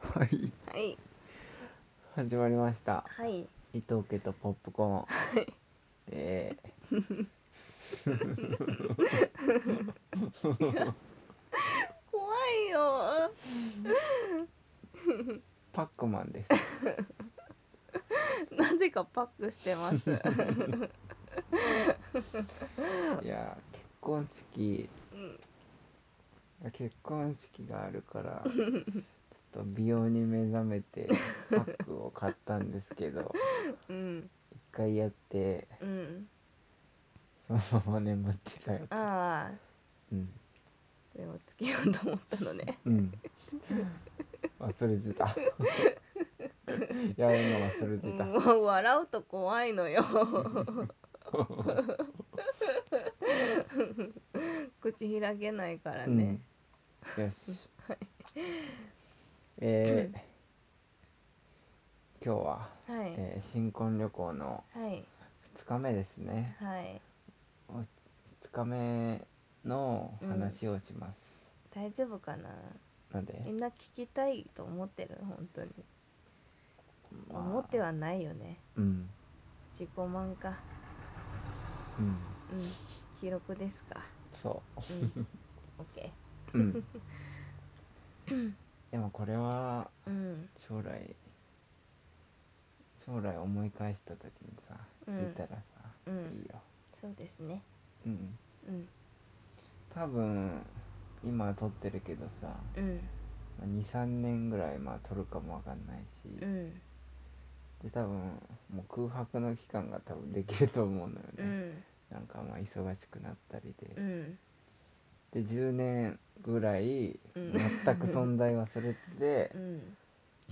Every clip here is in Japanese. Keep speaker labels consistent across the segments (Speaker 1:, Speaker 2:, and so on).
Speaker 1: はい
Speaker 2: はい
Speaker 1: 始まりました
Speaker 2: はい
Speaker 1: 伊藤家とポップコーンはいえ
Speaker 2: 怖いよ
Speaker 1: ー、パックマンです
Speaker 2: なぜかパックして ます
Speaker 1: いやー結婚式
Speaker 2: うん
Speaker 1: 結婚式があるからちょっと美容に目覚めてパックを買ったんですけど
Speaker 2: うん
Speaker 1: 一回やって
Speaker 2: うん
Speaker 1: そのまま眠ってたよ
Speaker 2: ああ
Speaker 1: うん
Speaker 2: でもつけようと思ったのね
Speaker 1: うん忘れて たやるの忘れてた
Speaker 2: もう笑うと怖い のよ口開けないからね、
Speaker 1: うん、よ し、えー今日は、
Speaker 2: はい、
Speaker 1: えー新婚旅行の
Speaker 2: はい
Speaker 1: 2日目ですね
Speaker 2: はい
Speaker 1: 2日目の話をします、
Speaker 2: 大丈夫かな
Speaker 1: なんで
Speaker 2: み、んな聞きたいと思ってる本当に
Speaker 1: まあ
Speaker 2: 思ってはないよね
Speaker 1: うん
Speaker 2: 自己満か
Speaker 1: うん
Speaker 2: うん記録ですか
Speaker 1: そ
Speaker 2: うんオッケ
Speaker 1: ううん でもこれは
Speaker 2: ーうん
Speaker 1: 将来将来思い返した時にさ
Speaker 2: うん
Speaker 1: 聞いたらさ、
Speaker 2: うん
Speaker 1: いいよ
Speaker 2: そうですね
Speaker 1: うん
Speaker 2: うん
Speaker 1: 多分今撮ってるけどさ、
Speaker 2: うん
Speaker 1: 23年ぐらいまあ取るかもわかんないし、
Speaker 2: うん
Speaker 1: で多分もう空白の期間が多分できると思うのよ
Speaker 2: う
Speaker 1: ね、
Speaker 2: ん
Speaker 1: なんかまあ忙しくなったりで、
Speaker 2: うん
Speaker 1: で10年ぐらい
Speaker 2: うん
Speaker 1: 全く存在忘れて
Speaker 2: うん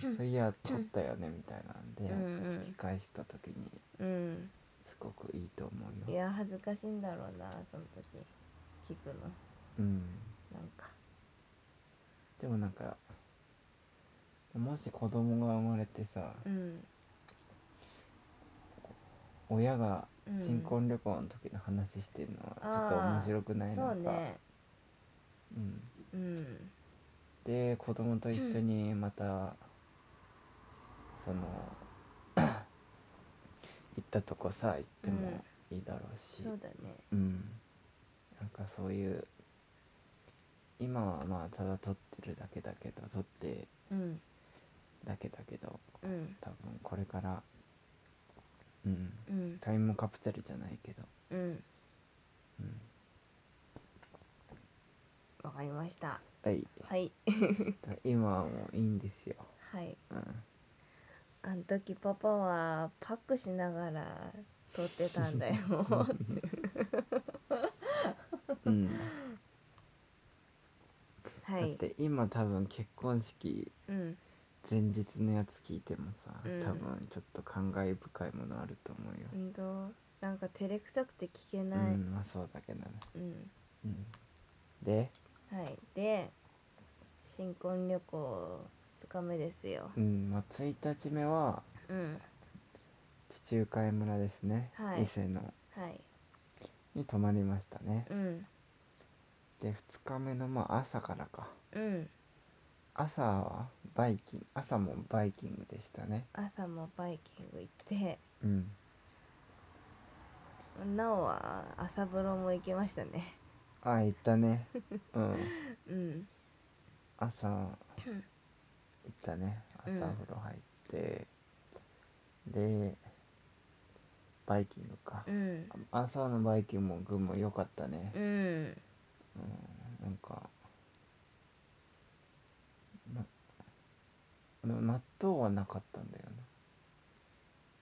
Speaker 1: て、そういや取ったよねみたいなんで、
Speaker 2: うんうん
Speaker 1: 聞き返した時に
Speaker 2: うん
Speaker 1: すごくいいと思う
Speaker 2: い
Speaker 1: よ、
Speaker 2: や恥ずかしいんだろうなその時聞くの
Speaker 1: うん、
Speaker 2: なんか
Speaker 1: でもなんかもし子供が生まれてさ
Speaker 2: うん
Speaker 1: 親が
Speaker 2: うん
Speaker 1: 新婚旅行の時の話してるのはちょっと
Speaker 2: あー
Speaker 1: 面白くない
Speaker 2: そう
Speaker 1: なんか、
Speaker 2: ね
Speaker 1: うん、
Speaker 2: うん
Speaker 1: で子供と一緒にまた、その 行ったとこさ行ってもいいだろうし、
Speaker 2: そうだね
Speaker 1: うんなんかそういう今はまあただ撮ってるだけだけど撮って
Speaker 2: うん
Speaker 1: だけだけど
Speaker 2: うん
Speaker 1: 多分これからうん
Speaker 2: うん
Speaker 1: タイムカプセルじゃないけど、
Speaker 2: うん
Speaker 1: うん、
Speaker 2: わかりました
Speaker 1: はい
Speaker 2: はい
Speaker 1: 今はもういいんですよ、
Speaker 2: はい
Speaker 1: うん、
Speaker 2: あの時パパはパックしながら撮ってたんだ よ
Speaker 1: うん
Speaker 2: は
Speaker 1: だっ
Speaker 2: い
Speaker 1: て今多分結婚式
Speaker 2: うん
Speaker 1: 前日のやつ聞いてもさ、
Speaker 2: うん
Speaker 1: 多分ちょっと感慨深いものあると思うよ、
Speaker 2: うんとなんか照れくさくて聞け
Speaker 1: うん
Speaker 2: ない
Speaker 1: まあそうだけどね、
Speaker 2: うん
Speaker 1: うん、で
Speaker 2: はい、で新婚旅行2日目ですよ
Speaker 1: うんまあ1日目は
Speaker 2: うん
Speaker 1: 地中海村ですね、
Speaker 2: はい
Speaker 1: 伊勢の
Speaker 2: はい
Speaker 1: に泊まりましたね
Speaker 2: うん
Speaker 1: で2日目のまあ朝からか
Speaker 2: うん
Speaker 1: 朝はバイキング朝もバイキングでしたね
Speaker 2: 朝もバイキング行って
Speaker 1: うん
Speaker 2: なおは朝風呂も行きましたね
Speaker 1: ああ行った ねうん
Speaker 2: うん
Speaker 1: 朝行ったね朝
Speaker 2: うん
Speaker 1: お風呂入って、でバイキングか
Speaker 2: う、ん
Speaker 1: 朝のバイキングも群も良かったね
Speaker 2: う、ん
Speaker 1: うん、なんかなな納豆はなかったんだよ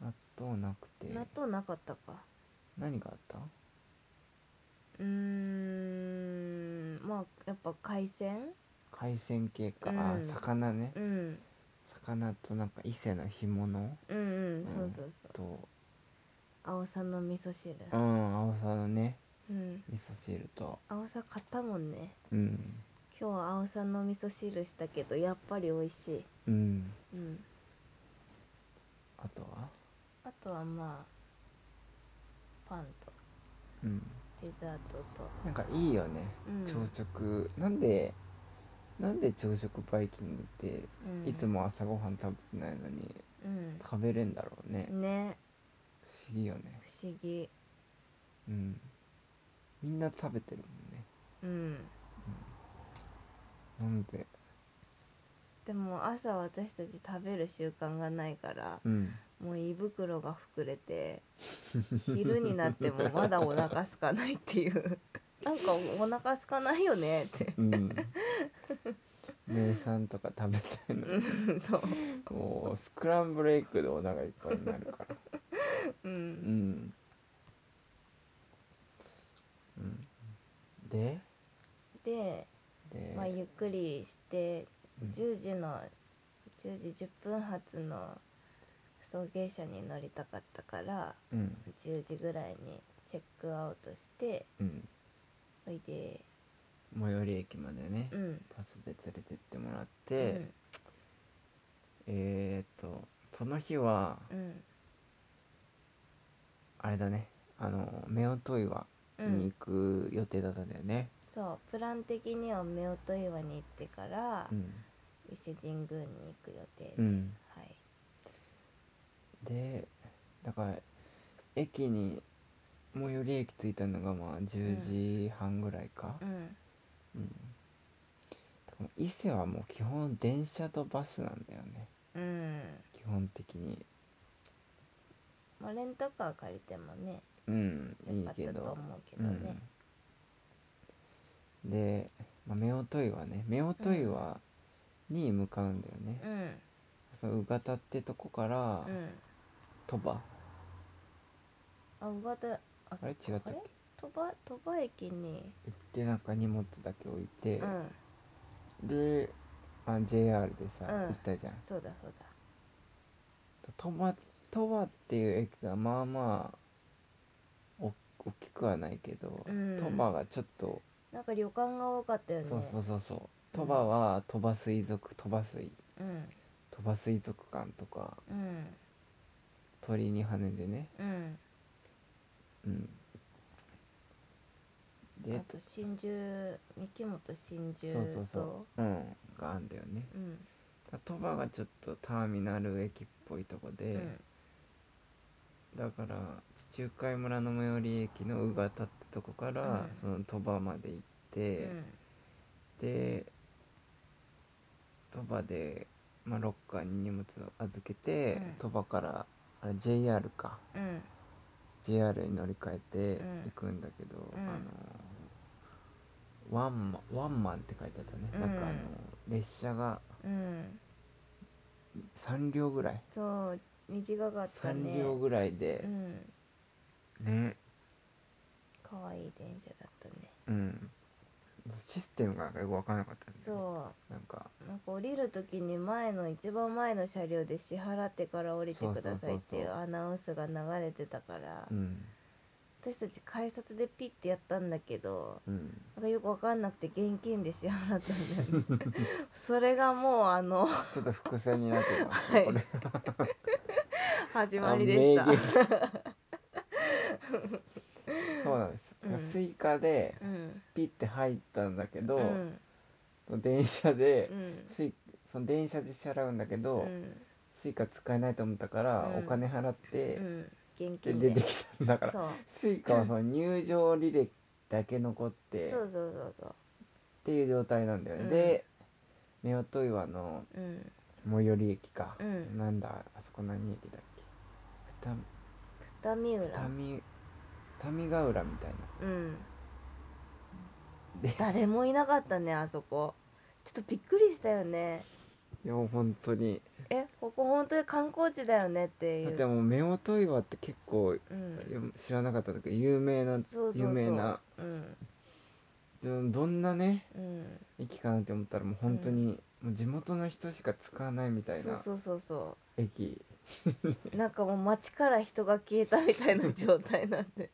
Speaker 1: な納豆なくて
Speaker 2: 納豆なかったか
Speaker 1: 何があった
Speaker 2: うーんまあやっぱ海鮮
Speaker 1: 海鮮系か、あ
Speaker 2: うん
Speaker 1: 魚ね
Speaker 2: うん
Speaker 1: 魚となんか伊勢の干物
Speaker 2: うんうん
Speaker 1: うん
Speaker 2: そうそうそう
Speaker 1: と
Speaker 2: 青さの味噌汁
Speaker 1: うん青さのね
Speaker 2: うん
Speaker 1: 味噌汁と
Speaker 2: 青さ買ったもんね
Speaker 1: うん
Speaker 2: 今日は青さの味噌汁したけどやっぱり美味しい
Speaker 1: うん
Speaker 2: うん
Speaker 1: あとは
Speaker 2: あとはまあパンと
Speaker 1: うん
Speaker 2: デザートと
Speaker 1: なんかいいよね、
Speaker 2: うん
Speaker 1: 朝食なんでなんで朝食バイキングって
Speaker 2: うん
Speaker 1: いつも朝ごはん食べてないのに
Speaker 2: う
Speaker 1: 食べれんだろうね
Speaker 2: んね
Speaker 1: 不思議よね
Speaker 2: 不思議
Speaker 1: うんみんな食べてるもんね
Speaker 2: うん
Speaker 1: なんで
Speaker 2: でも朝私たち食べる習慣がないから
Speaker 1: うん
Speaker 2: もう胃袋が膨 れて昼になってもまだお腹空かないっていうなんかお腹空かないよねって
Speaker 1: うん 名産とか食べたいの
Speaker 2: うんそう
Speaker 1: もうスクランブルエッグでお腹いっぱいになるからう
Speaker 2: う
Speaker 1: んん、うん、で
Speaker 2: で、
Speaker 1: で、
Speaker 2: まあ、ゆっくりして
Speaker 1: うん
Speaker 2: 10時の10時10分発の送迎車に乗りたかったから
Speaker 1: うん
Speaker 2: 10時ぐらいにチェックアウトして
Speaker 1: うん
Speaker 2: おいで
Speaker 1: 最寄り駅までね、
Speaker 2: うん
Speaker 1: バスで連れてってもらっ
Speaker 2: う
Speaker 1: て、
Speaker 2: ん
Speaker 1: えーとその日は
Speaker 2: うん
Speaker 1: あれだねあの夫婦岩
Speaker 2: う
Speaker 1: に
Speaker 2: ん
Speaker 1: 行く予定だったんだよね
Speaker 2: そうプラン的には夫婦岩に行ってから
Speaker 1: うん、
Speaker 2: 伊勢神宮に行く予定
Speaker 1: う
Speaker 2: です、
Speaker 1: ん、
Speaker 2: はい
Speaker 1: でだから駅に最寄り駅着いたのがまあ10時半ぐらいか
Speaker 2: う、ん
Speaker 1: うんだから伊勢はもう基本電車とバスなんだよね
Speaker 2: うん
Speaker 1: 基本的に
Speaker 2: まあレンタカー借りてもね
Speaker 1: うんい
Speaker 2: よ
Speaker 1: い
Speaker 2: かっ
Speaker 1: け
Speaker 2: たと
Speaker 1: ど
Speaker 2: 思うけどね
Speaker 1: うん、で、まあ、夫婦岩ね夫婦岩に向かうんだよね
Speaker 2: う、ん
Speaker 1: そのうがたってとこから
Speaker 2: うん
Speaker 1: 鳥羽、
Speaker 2: あうがたあ
Speaker 1: あれ
Speaker 2: そ
Speaker 1: 違
Speaker 2: っ
Speaker 1: った
Speaker 2: か
Speaker 1: っ
Speaker 2: あ
Speaker 1: け
Speaker 2: れ鳥羽鳥羽駅に
Speaker 1: 行ってなんか荷物だけ置いて
Speaker 2: う、ん
Speaker 1: で、あ、JR でさ、
Speaker 2: うん
Speaker 1: 行ったじゃん
Speaker 2: そうだそうだ
Speaker 1: 鳥羽鳥羽っていう駅がまあまあお大きくはないけど
Speaker 2: うん
Speaker 1: 鳥羽、がちょっと、
Speaker 2: なんか旅館が多かったよね
Speaker 1: そうそうそうそう鳥羽は鳥羽水族鳥羽水
Speaker 2: うん
Speaker 1: 鳥羽水族館とか
Speaker 2: うん
Speaker 1: 鳥に羽でね
Speaker 2: うん
Speaker 1: うんで
Speaker 2: あと真珠三木本真珠
Speaker 1: そう
Speaker 2: と
Speaker 1: そうそううんがあんだよね
Speaker 2: うん
Speaker 1: だ鳥羽がちょっとターミナル駅っぽいとこで、
Speaker 2: うん
Speaker 1: だから地中海村の最寄り駅の宇方ってとこから、
Speaker 2: うん
Speaker 1: その鳥羽まで行っ
Speaker 2: う
Speaker 1: て、
Speaker 2: ん
Speaker 1: で鳥羽で、まあ、ロッカーに荷物を預けて
Speaker 2: うん
Speaker 1: 鳥羽、からあれ JR か
Speaker 2: うん
Speaker 1: JR に乗り換えて
Speaker 2: うん
Speaker 1: 行くんだけど、
Speaker 2: うん
Speaker 1: あのワンマンワンマンって書いてあったね、
Speaker 2: うん
Speaker 1: なんかあの列車が
Speaker 2: うん
Speaker 1: 3両ぐらい、
Speaker 2: そう短かった
Speaker 1: 3
Speaker 2: ね
Speaker 1: 両ぐらいで
Speaker 2: う、ん
Speaker 1: ね
Speaker 2: 可愛い電車だったね
Speaker 1: うんシステムがなんかよく分からなかったんだよね
Speaker 2: そう
Speaker 1: なんか
Speaker 2: なんか降りる時に前の一番前の車両で支払ってから降りてくださいって
Speaker 1: そ
Speaker 2: い
Speaker 1: うそうそう
Speaker 2: う
Speaker 1: そう
Speaker 2: アナウンスが流れてたから
Speaker 1: うん
Speaker 2: 私たち改札でピッてやったんだけど
Speaker 1: うん
Speaker 2: なんかよくわかんなくて現金で支払ったんだよねそれがもうあ の
Speaker 1: ちょっと伏線になってきますね、
Speaker 2: はい
Speaker 1: これ
Speaker 2: 始まりでした
Speaker 1: あ 名言そうなんです、
Speaker 2: うん
Speaker 1: スイカで
Speaker 2: うん
Speaker 1: ピッて入ったんだけど、
Speaker 2: うん
Speaker 1: 電車で
Speaker 2: う、ん
Speaker 1: スイその電車で支払うんだけど、
Speaker 2: うん
Speaker 1: スイカ使えないと思ったから、
Speaker 2: うん
Speaker 1: お金払って、
Speaker 2: うん現
Speaker 1: で
Speaker 2: 金で
Speaker 1: 出てきたんだから
Speaker 2: そう
Speaker 1: スイカはその入場履歴だけ残って、
Speaker 2: そ
Speaker 1: っ
Speaker 2: うそうそうそう
Speaker 1: ていう状態なんだよね、
Speaker 2: うん
Speaker 1: で夫婦岩の
Speaker 2: うん
Speaker 1: 最寄り駅か、
Speaker 2: うん
Speaker 1: なんだあそこ何駅だっけ二
Speaker 2: 二見浦
Speaker 1: 二見二見ヶ浦みたいな
Speaker 2: うん
Speaker 1: で
Speaker 2: 誰もいなかったねあそこちょっとびっくりしたよね
Speaker 1: いやもう本当に
Speaker 2: えここ本当に観光地だよねってい
Speaker 1: だっ
Speaker 2: う
Speaker 1: てもう夫婦岩って結構
Speaker 2: うん、
Speaker 1: 知らなかったんだけど有名な
Speaker 2: そうそうそう
Speaker 1: 有名な
Speaker 2: うん
Speaker 1: でどんなね
Speaker 2: うん
Speaker 1: 駅かなって思ったらもう本当に、もう地元の人しか使わないみたい
Speaker 2: そう
Speaker 1: な
Speaker 2: そうそうそ
Speaker 1: 駅
Speaker 2: うなんかもう街から人が消えたみたいな状態なん で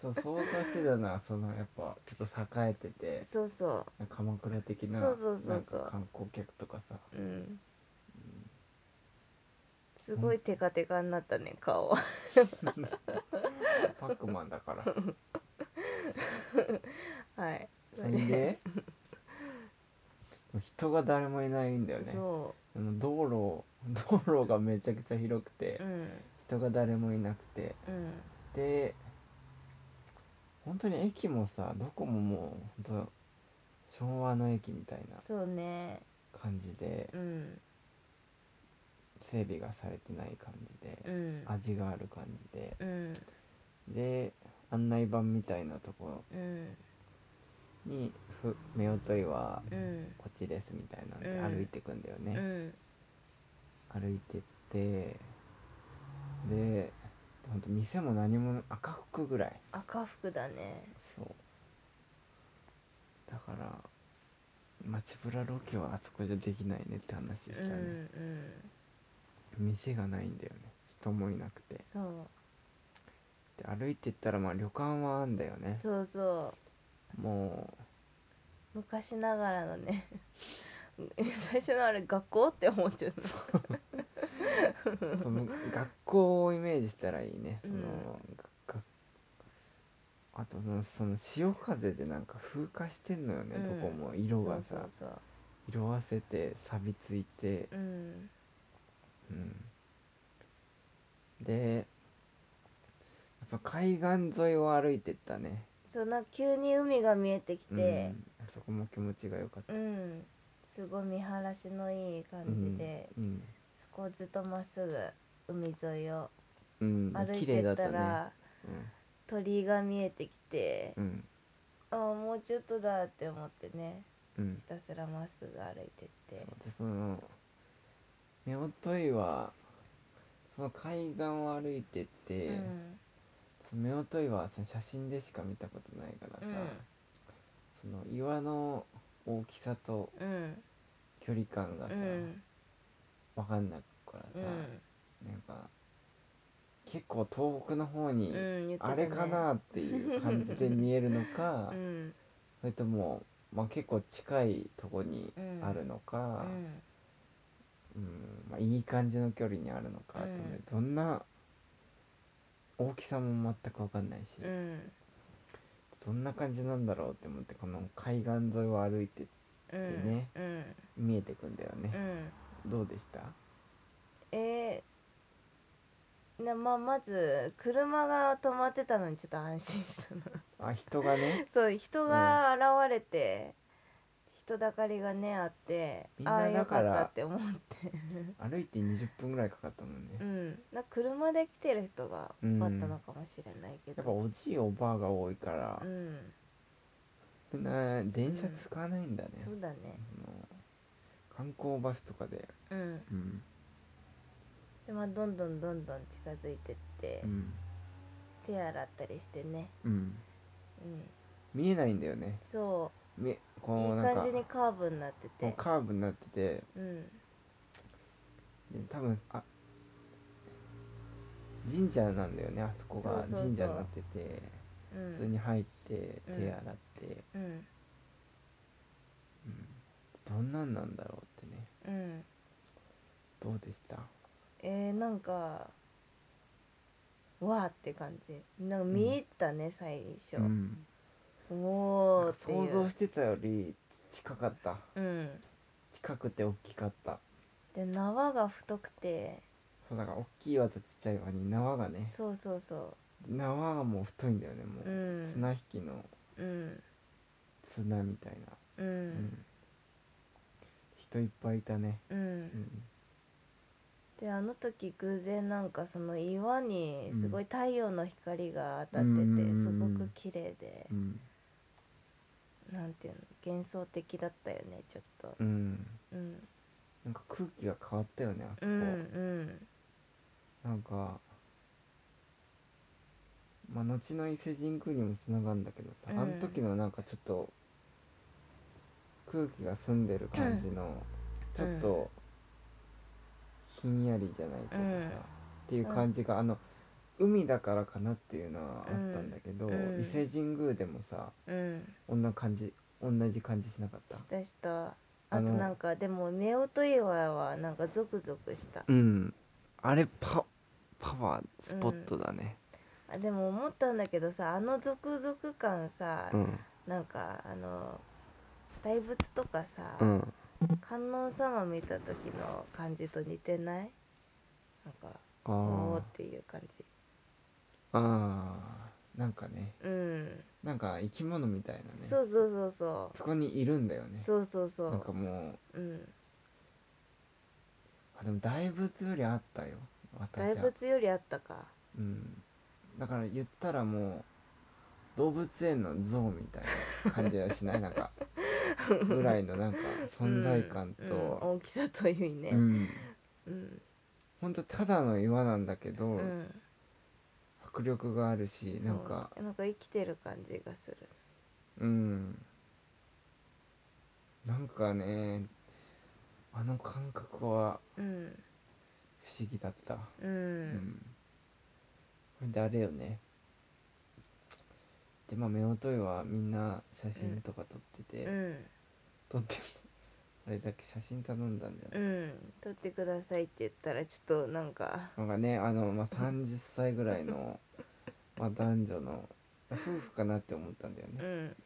Speaker 1: そう相当してたなそのやっぱちょっと栄えてて
Speaker 2: そうそ
Speaker 1: なんか鎌倉的な
Speaker 2: そうそうそうそう
Speaker 1: なんか観光客とかさ
Speaker 2: ううんすごいテカテカになったね顔は
Speaker 1: パックマン だから
Speaker 2: はい
Speaker 1: それでもう人が誰もいないんだよね
Speaker 2: そ
Speaker 1: あの道路道路がめちゃくちゃ広くて
Speaker 2: ううん
Speaker 1: 人が誰もいなくて
Speaker 2: うん
Speaker 1: で本当に駅もさどこももう本当昭和の駅みたいな
Speaker 2: そうね
Speaker 1: 感じで
Speaker 2: うん
Speaker 1: 整備がされてない感じ
Speaker 2: う
Speaker 1: で
Speaker 2: ん
Speaker 1: 味がある感じで
Speaker 2: うん
Speaker 1: で案内板みたいなとこ
Speaker 2: うん
Speaker 1: にふ夫婦は
Speaker 2: うん
Speaker 1: こっちですみたいなん
Speaker 2: うん
Speaker 1: で歩いてくんだよ
Speaker 2: う
Speaker 1: ね、
Speaker 2: ん
Speaker 1: 歩いてってでほんと店も何も赤服ぐらい
Speaker 2: 赤服だね
Speaker 1: そうだから街ブラロケはあそこじゃできないねって話した
Speaker 2: うんう
Speaker 1: ね、
Speaker 2: ん
Speaker 1: 店がないんだよね人もいなくて
Speaker 2: そう
Speaker 1: で歩いてったらまあ旅館はあんだよね
Speaker 2: そうそう
Speaker 1: も
Speaker 2: 昔ながらのね 最初のあれ学校って思っちゃった
Speaker 1: うその学校をイメージしたらいいねその、があとそのその潮風でなんか風化してんのよね、
Speaker 2: うん
Speaker 1: どこも色がさ
Speaker 2: そうそう
Speaker 1: 色あせて錆びついて
Speaker 2: そううん
Speaker 1: うんでやっぱ海岸沿いを歩いてったね
Speaker 2: そうなんか急に海が見えてきて
Speaker 1: うん、あそこも気持ちが良かった、
Speaker 2: うん、すごい見晴らしのいい感じで、
Speaker 1: うん
Speaker 2: そこをずっとまっすぐ海沿いを
Speaker 1: うん、
Speaker 2: 歩い
Speaker 1: 綺
Speaker 2: て
Speaker 1: 麗だ
Speaker 2: っ
Speaker 1: った
Speaker 2: たら
Speaker 1: ね
Speaker 2: 鳥居が見えてきて、
Speaker 1: うんうん
Speaker 2: ああもうちょっとだって思ってね
Speaker 1: うん
Speaker 2: ひたすらまっすぐ歩いてっ
Speaker 1: そう
Speaker 2: て
Speaker 1: でその夫婦はその海岸を歩いてって、
Speaker 2: うん
Speaker 1: その夫婦はその写真でしか見たことないからさ、その岩の大きさと
Speaker 2: うん
Speaker 1: 距離感が
Speaker 2: う
Speaker 1: さ、
Speaker 2: ん
Speaker 1: わかんないからさ、
Speaker 2: う
Speaker 1: なんか結構東北の方に、
Speaker 2: んうん言ってたね
Speaker 1: あれかなっていう感じで見えるのか、
Speaker 2: うん
Speaker 1: それとも、まあ、結構近いとこにあるの
Speaker 2: う
Speaker 1: か、
Speaker 2: ん
Speaker 1: うんまあ、いい感じの距離にあるのかと思って、どんな大きさも全く分かんないし、
Speaker 2: うん
Speaker 1: どんな感じなんだろうって思ってこの海岸沿いを歩いて
Speaker 2: うん
Speaker 1: ね
Speaker 2: うん
Speaker 1: 見えてくんだよ
Speaker 2: う
Speaker 1: ね、
Speaker 2: ん
Speaker 1: どうでした
Speaker 2: えーなまあ、まず車が止まってたのにちょっと安心し たの
Speaker 1: あ人がね
Speaker 2: そう人が現れて、人だかりがねあって
Speaker 1: みん
Speaker 2: あ
Speaker 1: な
Speaker 2: あよ
Speaker 1: だ
Speaker 2: か
Speaker 1: か
Speaker 2: っ
Speaker 1: ら
Speaker 2: たって思って
Speaker 1: 歩いて20分ぐらいかかったもんね、
Speaker 2: うんなんか車で来てる人が多かったのかもしれない
Speaker 1: や
Speaker 2: け
Speaker 1: っぱ
Speaker 2: ど、
Speaker 1: おじいおばあが多いから
Speaker 2: うん、
Speaker 1: みんな電車使わないんだね、
Speaker 2: そうだね
Speaker 1: あの観光バスとかで、
Speaker 2: うん
Speaker 1: うん
Speaker 2: でまあどんどんどんどん近づいてって、
Speaker 1: うん
Speaker 2: 手洗ったりしてね
Speaker 1: うん、
Speaker 2: うん
Speaker 1: 見えないんだよね
Speaker 2: そ
Speaker 1: み
Speaker 2: うい
Speaker 1: こ
Speaker 2: いう
Speaker 1: なん
Speaker 2: 感
Speaker 1: か
Speaker 2: じにカーブになって
Speaker 1: こう
Speaker 2: て
Speaker 1: カーブになってて
Speaker 2: うん
Speaker 1: で多分あ神社なんだよねあそこ
Speaker 2: そう
Speaker 1: が
Speaker 2: そうそう
Speaker 1: 神社になってて
Speaker 2: う
Speaker 1: それ
Speaker 2: ん
Speaker 1: に入って手
Speaker 2: うん
Speaker 1: 洗って、
Speaker 2: うん
Speaker 1: うんどんなんなんだろうってね
Speaker 2: うん
Speaker 1: どうでした
Speaker 2: えー、なんかわーって感じなんか見入ったね、最初、
Speaker 1: うん
Speaker 2: お
Speaker 1: なん
Speaker 2: ーっ
Speaker 1: か
Speaker 2: ていう
Speaker 1: 想像してたより近かった
Speaker 2: うん
Speaker 1: 近くて大きかった
Speaker 2: で縄が太くて
Speaker 1: そうだから大きい輪とちっちゃい輪に縄がね
Speaker 2: そうそうそ
Speaker 1: 縄がもう太いんだよねも
Speaker 2: うう
Speaker 1: う、
Speaker 2: ん
Speaker 1: 綱引きの
Speaker 2: うん
Speaker 1: 綱みたいな、
Speaker 2: う
Speaker 1: うん人いっぱいいたね、
Speaker 2: う
Speaker 1: うんん、
Speaker 2: であの時偶然なんかその岩にすごい太陽の光が当たって
Speaker 1: うんうん
Speaker 2: て
Speaker 1: うん
Speaker 2: す
Speaker 1: う
Speaker 2: ご
Speaker 1: ん
Speaker 2: く綺麗で
Speaker 1: うん
Speaker 2: なんていうの幻想的だったよねちょっと
Speaker 1: うん
Speaker 2: うん
Speaker 1: なんか空気が変わったよねあそこ、
Speaker 2: うんうん
Speaker 1: なんかまあ後の伊勢神宮にもつながるんだけどさ、
Speaker 2: うん
Speaker 1: あの時のなんかちょっと空気が澄んでる感じの、ちょっとひんやりじゃないけどさ、
Speaker 2: うん
Speaker 1: っていう感じがあの海だからかなっていうのはあったんだけど、
Speaker 2: うん
Speaker 1: 伊勢神宮でもさ
Speaker 2: うん
Speaker 1: こんな感じ同じ感じしなかった
Speaker 2: したした
Speaker 1: あ
Speaker 2: あと
Speaker 1: の
Speaker 2: なんかでも夫婦岩はなんかゾクゾクした
Speaker 1: うんあれパパワースポットだね
Speaker 2: あでも思ったんだけどさあのゾクゾク感さ、
Speaker 1: うん
Speaker 2: なんかあの大仏とかさ、
Speaker 1: うん
Speaker 2: 観音様見た時の感じと似てないなんか
Speaker 1: あ
Speaker 2: おおー
Speaker 1: ー
Speaker 2: っていう感じ
Speaker 1: あーなんかね
Speaker 2: うん
Speaker 1: なんか生き物みたいなね
Speaker 2: そうそうそうそ
Speaker 1: そこにいるんだよね
Speaker 2: うそうそうそ
Speaker 1: なんか
Speaker 2: う
Speaker 1: もう
Speaker 2: うん
Speaker 1: あでも大仏よりあったよ私は
Speaker 2: 大仏よりあったか
Speaker 1: うんだから言ったらもう動物園の象みたいな感じはしない なんかぐらいのなんか存在感
Speaker 2: うんうん
Speaker 1: と
Speaker 2: 大きさという
Speaker 1: う
Speaker 2: ね
Speaker 1: ん、
Speaker 2: うん
Speaker 1: ほんとただの岩なんだけど、
Speaker 2: うん
Speaker 1: 迫力があるしなん
Speaker 2: そう
Speaker 1: か
Speaker 2: なんか生きてる感じがする
Speaker 1: うんなんかねあの感覚は
Speaker 2: うん
Speaker 1: 不思議だった
Speaker 2: う
Speaker 1: うんんこれであれよねでまあ夫婦はみんな写真とか撮ってて、
Speaker 2: うん
Speaker 1: 撮ってもあれだけ写真頼んだんだよ
Speaker 2: う
Speaker 1: ね、
Speaker 2: ん撮ってくださいって言ったらちょっとなんか
Speaker 1: なんかねあの、まあ、30歳ぐらいのまあ男女の夫婦かなって思ったんだよ
Speaker 2: う
Speaker 1: ね、
Speaker 2: ん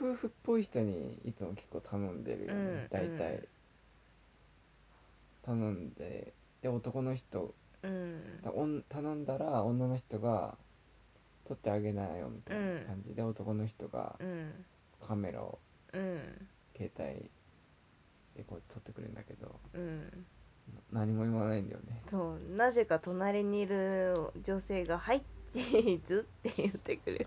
Speaker 1: 夫婦っぽい人にいつも結構頼んでるよね、
Speaker 2: うん
Speaker 1: 大体、
Speaker 2: うん
Speaker 1: 頼んでで男の人
Speaker 2: うん
Speaker 1: たおん頼んだら女の人が撮ってあげなよみたいな感じで、男の人が
Speaker 2: うん
Speaker 1: カメラを
Speaker 2: うん
Speaker 1: 携帯でこう撮ってくれるんだけど
Speaker 2: うん
Speaker 1: な何も言わないんだよね
Speaker 2: そうなぜか隣にいる女性が「はいチーズ」って言ってくれる